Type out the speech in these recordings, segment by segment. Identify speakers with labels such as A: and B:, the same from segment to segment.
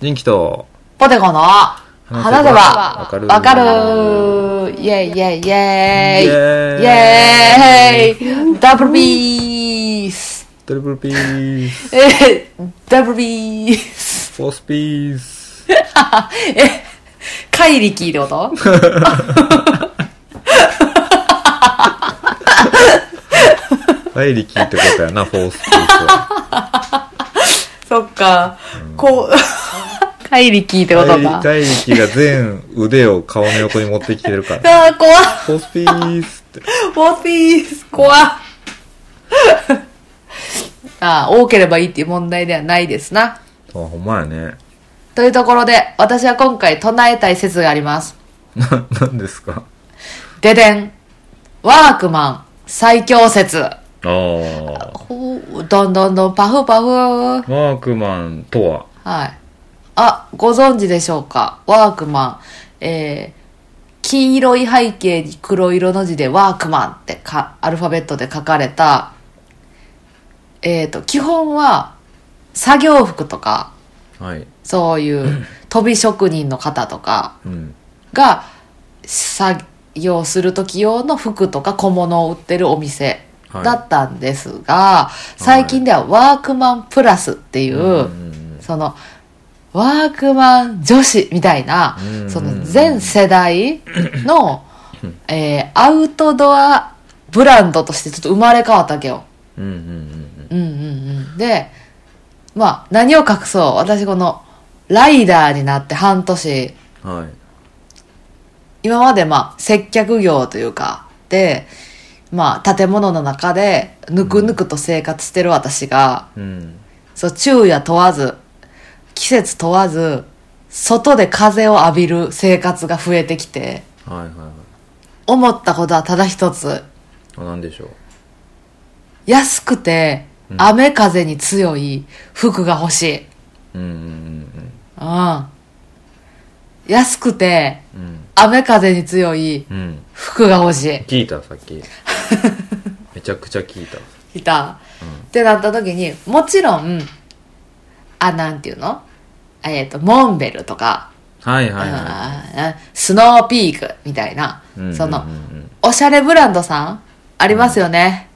A: 人気と
B: ポテコの
A: 話
B: 話
A: せ
B: せ
A: ば
B: ば
A: わかる
B: わかるイェイイェイイ
A: イ
B: ェイ
A: エ
B: イェイダブルビース
A: トリプルピース、
B: えダブルビース
A: フォースピース、
B: え怪力ってこと
A: アイリキーってことやな、フォースピースは。
B: そっか、こう 怪力ってこと
A: アイリ
B: か
A: アイリキーが全腕を顔の横に持ってきてるから。
B: あー怖っ
A: フォースピースって。
B: ワンピース怖っ ああ、多ければいいっていう問題ではないですな。
A: あ、ほんまやね。
B: というところで、私は今回唱えたい説があります。
A: な、なんですか
B: ででん。ワークマン最強説。
A: ああ。
B: ほうどんどんどんパフパフ。はい。
A: ワークマンとは
B: あ、ご存知でしょうかワークマン。えー、金色い背景に黒色の字でワークマンってか、アルファベットで書かれた、えっ、と、基本は作業服とか、
A: はい。
B: そういう飛び職人の方とか、
A: うん。
B: が作業する時用の服とか小物を売ってるお店
A: はい
B: だったんですが、最近ではワークマンプラスっていう、
A: ん
B: そのワークマン女子みたいな、
A: うんうんうん
B: その全世代の、えーアウトドアブランドとしてちょっと生まれ変わったわけよ。
A: うんうんうん
B: うんうんうん、でまあ何を隠そう私このライダーになって半年
A: うん。はい。
B: 今までまあ接客業というかでまあ建物の中でぬくぬくと生活してる私が、
A: うん。
B: そう昼夜問わず季節問わず外で風を浴びる生活が増えてきて
A: はいはいはい。
B: 思ったことはただ一つ
A: あ、なんでしょう。
B: 安くて
A: うん
B: 雨風に強い服が欲しい、
A: うんうん
B: うん、安くて
A: うんうん。
B: 雨風に強い
A: うん。うん。
B: 服が欲しい
A: 聞いたさっ きめちゃくちゃ聞いた
B: 来た、ってなった時にもちろんあなんていうのえっ、とモンベルとか、
A: はいはいは
B: あースノーピークみたいな、
A: い、うんうんうん
B: そのおしゃれブランドさんありますよね、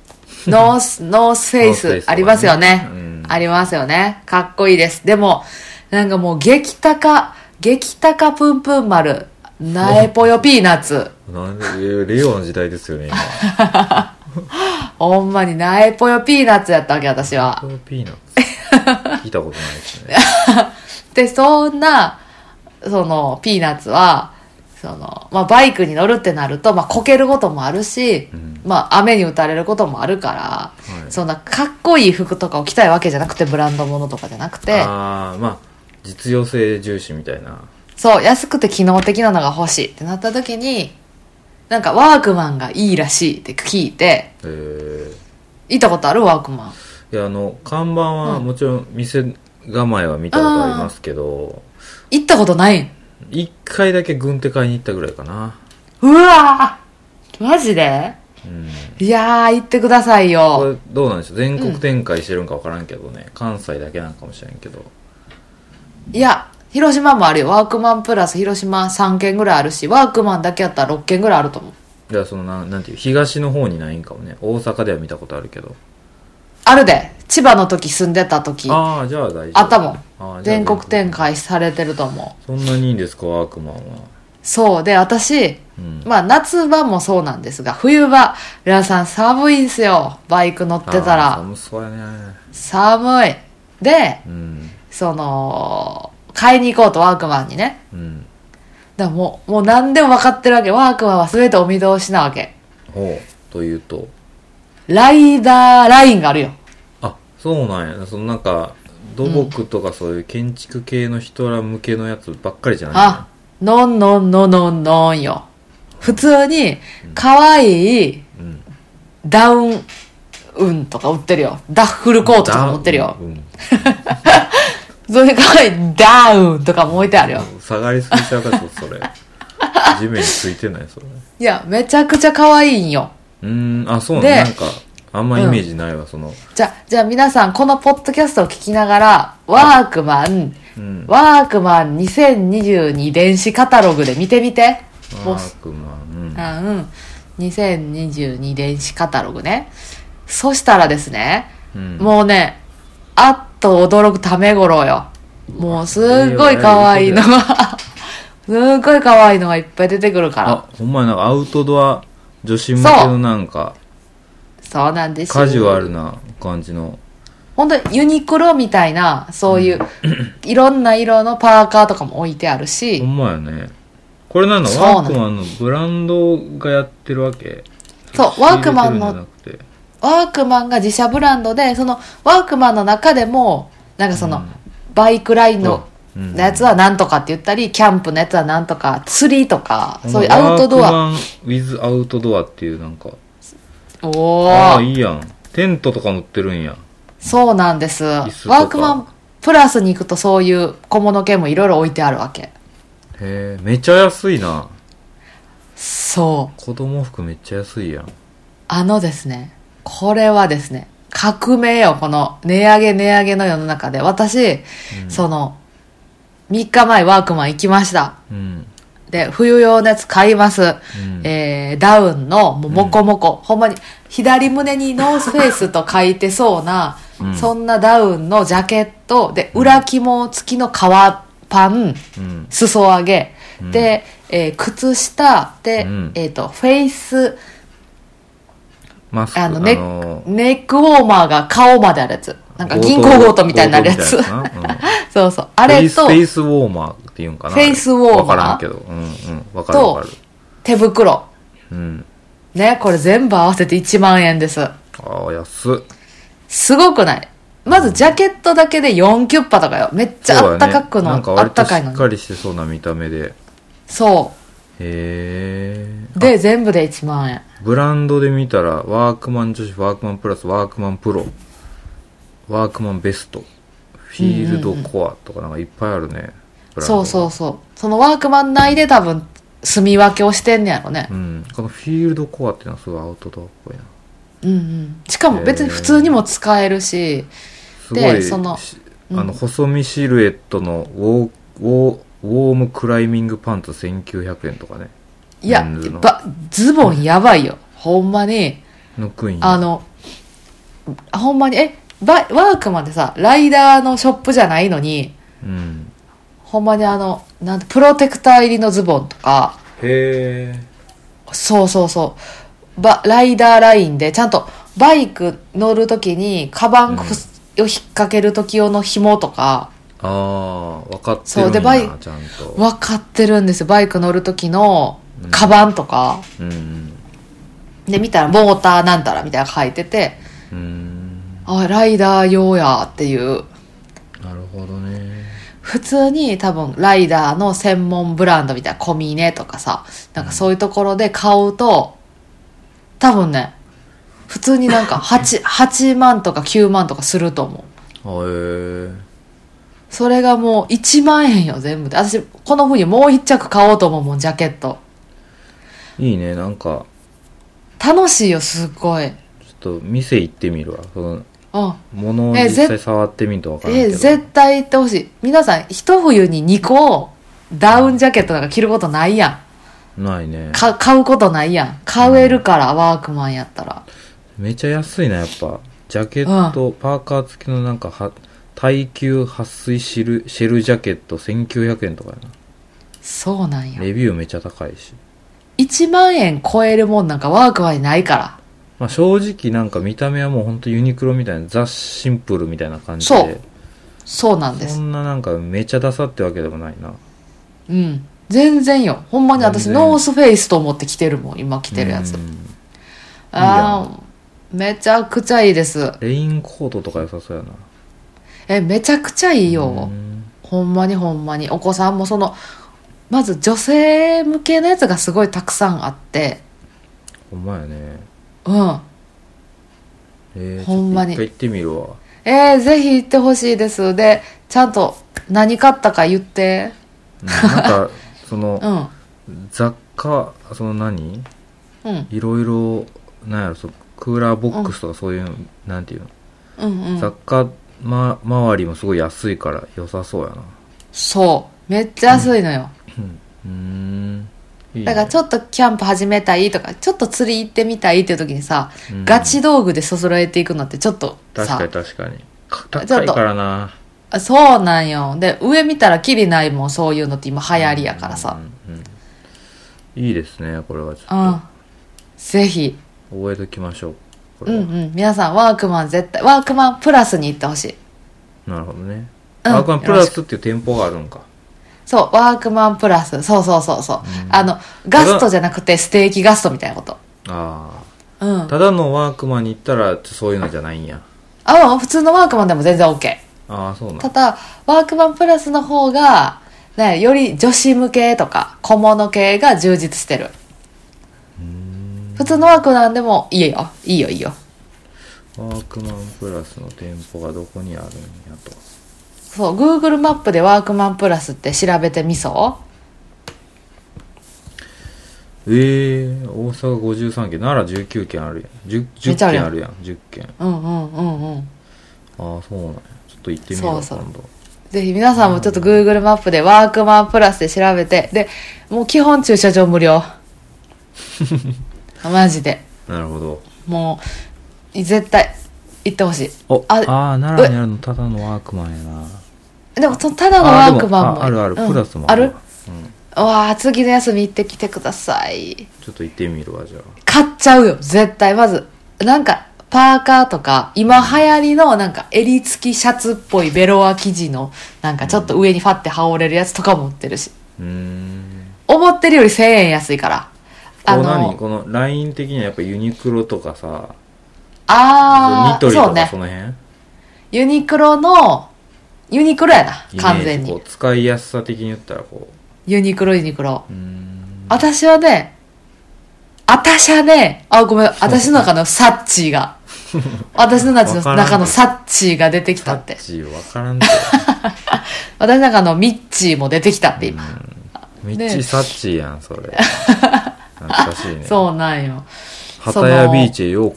B: ノースノースフェイ
A: ノースフェイスとか
B: ス
A: ね
B: ありますよね、
A: うん
B: ありますよねかっこいいですでもなんかもう激高激高プンプン丸ナエポヨピーナッツ
A: なんでいや令和の時代ですよね
B: ほんまにナエポヨピーナッツやったわけ私は
A: 今ピーナッ ツ聞いたことないですね
B: でそんなそのピーナッツはその、まあ、バイクに乗るってなると、まあ、こけることもあるし、
A: うん
B: まあ、雨に打たれることもあるから、
A: はい
B: そんなかっこいい服とかを着たいわけじゃなくてブランドものとかじゃなくて
A: ああまあ実用性重視みたいな
B: そう安くて機能的なのが欲しいってなった時になんかワークマンがいいらしいって聞いて
A: えー
B: 行ったことあるワークマン
A: いやあの看板は
B: うん
A: もちろん店構えは見たことありますけど
B: 行ったことないん
A: 一回だけ軍手買いに行ったぐらいかな
B: うわーマジで
A: うん
B: いやー行ってくださいよ
A: これどうなんでしょう全国展開してるんか分からんけどね、関西だけなんかもしれんけど
B: いや、広島もあるよ。ワークマンプラス広島3軒ぐらいあるし、ワークマンだけやったら6軒ぐらいあると思う。
A: いや、そのな、なんていう、東の方にないんかもね。大阪では見たことあるけど。
B: あるで。千葉の時住んでた時、あ
A: ああ、じゃあ大丈夫。
B: ったもん。
A: あーじゃあ
B: 全国展開されてると思う。
A: そんなにいいんですか、ワークマンは。
B: そう。で、私、
A: うん。
B: まあ夏場もそうなんですが、冬場、皆さん寒いんすよ。バイク乗ってた
A: あー
B: ら。
A: 寒そうやね。
B: 寒い。で、
A: うん。
B: その、買いに行こうとワークマンにね。
A: うん。
B: だからもう、もう何でも分かってるわけ。ワークマンは全てお見通しなわけ。
A: ほう。というと。
B: ライダーラインがあるよ。
A: あ、そうなんや。そのなんか、土木とかそういう建築系の人ら向けのやつばっかりじゃない
B: あ、のんのんのんのんのんよ。普通に、可愛い
A: うん。
B: ダウン、うんとか売ってるよ。ダッフルコートとかも売ってるよ
A: だ。うん。
B: そういう可愛いダウンとかも置いてあるよ。
A: 下がりすぎちゃうかと、 それ。地面についてない、それ。
B: いや、めちゃくちゃ可愛いんよ。
A: うーん、あ、そうなん
B: で
A: なんか、あんまイメージないわ、その。
B: じゃ、じゃあ皆さん、このポッドキャストを聞きながら、ワークマン、
A: うん。
B: ワークマン2022電子カタログで見てみて。ボ
A: ワ
B: ス
A: ークマン。
B: あうん。2022電子カタログね。そしたらですね、
A: うん。
B: もうね、あっと驚くためごろよ。もうすっごい可愛いのが、すっごい可愛いのがいっぱい出てくるから。
A: あ、ほんまやなんかアウトドア女子向けのなんか、
B: そうなんですよ。
A: カジュアルな感じの。
B: 本当にユニクロみたいな、そういう、いろんな色のパーカーとかも置いてあるし、
A: ほんまやね。これなんだ、
B: そうなの
A: ワークマンのブランドがやってるわけ
B: そうワークマンの
A: 仕入れてるんじゃなくて
B: ワークマンが自社ブランドで、そのワークマンの中でも、なんかその、バイクラインの、
A: うんうん
B: のやつはなんとかって言ったり、キャンプのやつはなんとか、釣りとか、
A: ほんま
B: そういうアウトドア。
A: ワークマンウィズアウトドアっていうなんか。
B: お
A: ああ、
B: ー
A: いいやん。テントとか持ってるんや。
B: そうなんです。ワ
A: 子とか
B: ークマンプラスに行くとそういう小物系もいろいろ置いてあるわけ。
A: へえ、めちゃ安いな。
B: そう。
A: 子供服めっちゃ安いやん。
B: あのですね、これはですね、革命よ、この値上げ値上げの世の中で。私、その、3日前ワークマン行きました。
A: うん。
B: で、冬用のやつ買います。
A: うん。
B: えー、ダウンのもうモコモコ、ほんまに左胸にノースフェイスと書いてそうな、
A: うん
B: そんなダウンのジャケットで裏肝付きの革パン
A: うん。
B: 裾上げ、で、えー靴下で、
A: うん
B: えっ、とフェイス
A: マスク、
B: あ
A: あ
B: の
A: の
B: ネック、ネックウォーマーが顔まであるやつなんか銀行強盗みたいになるや
A: 強
B: つ
A: 盗みたいなやつな
B: そうそう
A: あ
B: あれ
A: フ
B: と
A: ェイスフェイスウォーマーっていうんかな。
B: フェイスウォーマー
A: わからんけど。うんうん。わかる
B: と
A: わかる。
B: 手袋
A: うん。
B: ねこれ全部合わせて1万円です
A: ああ、安っ。
B: すごくないまずジャケットだけで4キュッパとかよ。めっちゃ
A: そう
B: あ
A: や
B: っ
A: ね
B: たかくの、
A: なんか
B: あ
A: 割
B: っ
A: と
B: た
A: し
B: かいの
A: っ
B: に
A: かりしてそうな見た目で。
B: そ
A: へえ。
B: う。で、全部で1万円。
A: ブランドで見たら、ワークマン女子、ワークマンプラス、ワークマンプロ、ワークマンベスト、フィールドコアとかなんかいっぱいあるね。。
B: そうそううそう。そのワークマン内で多分、住み分けをしてんねやろね
A: う。ん。このフィールドコアっていうのはすごいアウトドアっぽいな。
B: うんうん。しかも別に普通にも使えるし、
A: すごい、
B: でその
A: し
B: うん
A: あの、細身シルエットのウォー、ウォー、ウォームクライミングパンツ1900円とかね。
B: いや
A: メンズ、の
B: ばズボンやばいよ。ほんまに、
A: のクイーン。
B: あの、ほんまに、え、ばワークマンってさ、ライダーのショップじゃないのに、
A: うん。
B: ほんまにあの、なんて、プロテクター入りのズボンとか、
A: へえ。
B: そうそうそうばライダーラインでちゃんとバイク乗るときにカバン
A: う
B: を
A: ん
B: 引っ掛ける時用の紐とか
A: ああ、分かって
B: そ
A: る
B: うんで
A: や
B: バイ
A: な、ちゃんと。
B: 分かってるんですよバイク乗る時のカバンとか、
A: うんうん。
B: で見たらモーターなんたらみたいなの書いてて
A: うん。
B: あライダー用やっていう
A: なるほどね。
B: 普通に多分ライダーの専門ブランドみたいなコミネとかさなんかそういうところで買うと多分ね普通になんか 8, 8万とか9万とかすると思う
A: あへえ。
B: それがもう1万円よ全部で私この冬もう1着買おうと思うもんジャケット
A: いいね、なんか、
B: 楽しいよすっごい
A: ちょっと店行ってみるわ。その、
B: うん
A: 物を
B: え
A: 実
B: ぜ
A: 際触ってみるとわからんけ
B: え
A: ど。
B: 絶対行ってほしい皆さん一冬に2個ダウンジャケットなんか着ることないや
A: ないね
B: ん。か買うことないやん買えるから、ワークマンやったら
A: めっちゃ安いな、やっぱ。ジャケット、パーカー付きのなんかは、耐久撥水シェル、シェルジャケット1900円とかやな。
B: そうなんや
A: レビューめっちゃ高いし。
B: 1万円超えるもんなんかワークマンにないから。
A: まあ正直なんか見た目はもうほんとユニクロみたいな、ザ・シンプルみたいな感じ
B: そう
A: で。
B: そうなんで
A: そ
B: す。
A: んななんかめちゃダサってわけでもないな。
B: うん。全然よ。ほんまに私
A: 全然
B: ノースフェイスと思って着てるもん。今着てるやつ。
A: うん
B: ああ、めちゃくちゃいいです。
A: レインコートとか良さそうやな。
B: え、めちゃくちゃいいよ。
A: うん
B: ほんまにほんまに。お子さんもその、まず女性向けのやつがすごいたくさんあって、
A: ほんまやね。
B: うん。
A: えー、
B: ほんまに
A: ちょっと一回行ってみるわ。
B: えー、ぜひ行ってほしいです。で、ちゃんと何買ったか言って。
A: うんなんか、その
B: う、ん。
A: 雑貨、その何
B: うん。
A: いろいろ、なんやろ、そのクーラーボックスとかそういう、なんていうの、
B: うんうん。
A: 雑貨、ま、周りもすごい安いから良さそうやな。
B: そうめっちゃ安いのよ、
A: うーんいいね
B: だからちょっとキャンプ始めたいとかちょっと釣り行ってみたいっていう時にさ、
A: うん
B: ガチ道具でそそられていくのってちょっと
A: 確
B: さ
A: かに確かにか
B: ちょ
A: 高
B: っ
A: い
B: と
A: からな
B: あそうなんよで上見たらキリないもんそういうのって今流行りやからさ
A: うんうんうんいいですねこれはち
B: う
A: ょ
B: んぜひ
A: っと覚えときましょうこ
B: う
A: れ
B: ん
A: は
B: うん皆さんワークマン絶対ワークマンプラスに行ってほしい
A: なるほどね
B: うん
A: ワークマンプラスっていう店舗があるんか
B: そうワークマンプラスそうそうそうそう、あのガストじゃなくてステーキガストみたいなこと
A: あ
B: うん
A: あただのワークマンに行ったらそういうのじゃないんや
B: あうん普通のワークマンでも全然 OK
A: ああそうなん
B: ただワークマンプラスの方が、ね、より女子向けとか小物系が充実してる普通のワークマンでもいいよいいよいいよ
A: ワークマンプラスの店舗がどこにあるんやと
B: そう Google マップでワークマンプラスって調べてみそ
A: ええ大阪53件奈良19件あるやん 10,
B: めっちゃあ
A: 件
B: るやん
A: あるやん10件
B: ううんうんうんう
A: あ
B: ん
A: あそうなんやちょっと行ってみよう
B: そうそう
A: 今度
B: ぜひ皆さんもちょっと Google マップでワークマンプラスで調べてでもう基本駐車場 無料マジで
A: なるほど
B: もう絶対行ってほしい
A: おあ
B: あ
A: あー奈良にあるのただのワークマンやな
B: でもそのただの
A: あー
B: ワークマン
A: であ
B: も
A: あるある、
B: うん
A: プラスも
B: あ
A: ある
B: る
A: わうん、
B: わあ次の休み行ってきてください
A: ちょっと行ってみるわじゃあ
B: 買っちゃうよ絶対まずなんかパーカーとか今流行りのなんか襟付きシャツっぽいベロア生地のなんかちょっと上にファって羽織れるやつとかも売ってるし
A: うーん
B: 思ってるより1000円安いから
A: こう何このライン的にはやっぱユニクロとかさ
B: あ
A: ニ
B: あ、
A: トリ
B: そ
A: と
B: う
A: か
B: ね
A: そ。の辺
B: ユニクロの、ユニクロやな、
A: イメージ
B: 完全
A: こう
B: に。
A: 使いやすさ的に言ったらこ
B: ユニクロ、ユニクロ。
A: ううーん
B: 私はね、あたしゃね、あ、 ごめん、私の中のサッチーが。私の中の
A: わからん
B: 中のサッチーが出てき
A: タ
B: たっ
A: ッ
B: て。
A: チ分からんて
B: 私の中のミッチーも出てきたって今。
A: ミッチ
B: ね
A: サッチやんそれ懐かしいね
B: そうなんよ。
A: 旗屋
B: その
A: ビーチへようこ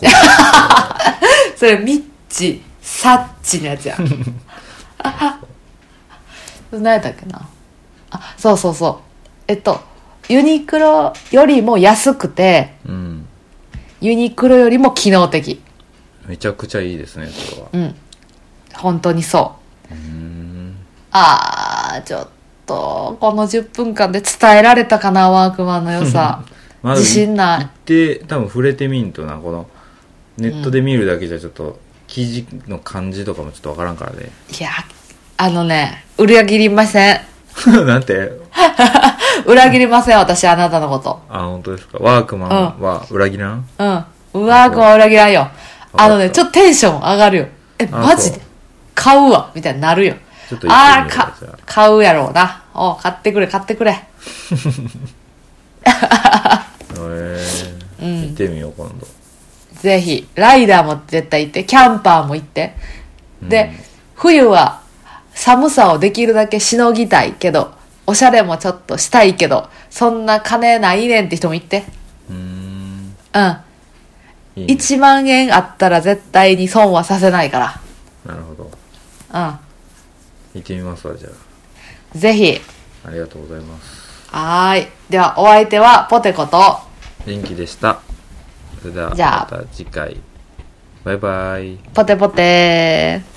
A: そ
B: それミッチ、サッチのやつや。何やったっけな。あ、そうそうそう。えっと、ユニクロよりも安くて、
A: うん
B: ユニクロよりも機能的。
A: めちゃくちゃいいですねそれは
B: うん。本当にそう。
A: うーん
B: あー、ちょっと、この10分間で伝えられたかな、ワークマンの良さ。
A: まず
B: 自信ない
A: 行って多分触れてみんとなこのネットで見るだけじゃちょっと記事の感じとかもちょっとわからんから ね
B: いや、あのね、裏切りません。
A: なんて
B: 裏切りません、私、あなたのこと。
A: あ本当ですかワークマンは裏切らん
B: うん。ワークマン裏切らんよ。
A: た
B: あのね、ちょっとテンション上がるよ。え、
A: あ
B: マジで
A: そう
B: 買うわみたいになるよ。
A: ちょっと
B: あ
A: 行ってみよう
B: ー
A: じゃ
B: か、買うやろうな。おう買ってくれ、買ってくれ。
A: へえ行ってみよう今度
B: ぜひ、ライダーも絶対行って、キャンパーも行って。で、冬は寒さをできるだけしのぎたいけど、おしゃれもちょっとしたいけど、そんな金ないねんって人も行って。
A: うーん
B: うん。
A: いいね
B: 1万円あったら絶対に損はさせないか
A: なるほど
B: ら。
A: 行ってみますわじゃ
B: うん。ぜひ。
A: あありがとうございます
B: はーい。では、お相手はポテコと、
A: 元気でしたそれでは
B: じゃあ
A: また次回バイバイ
B: ポテポテー。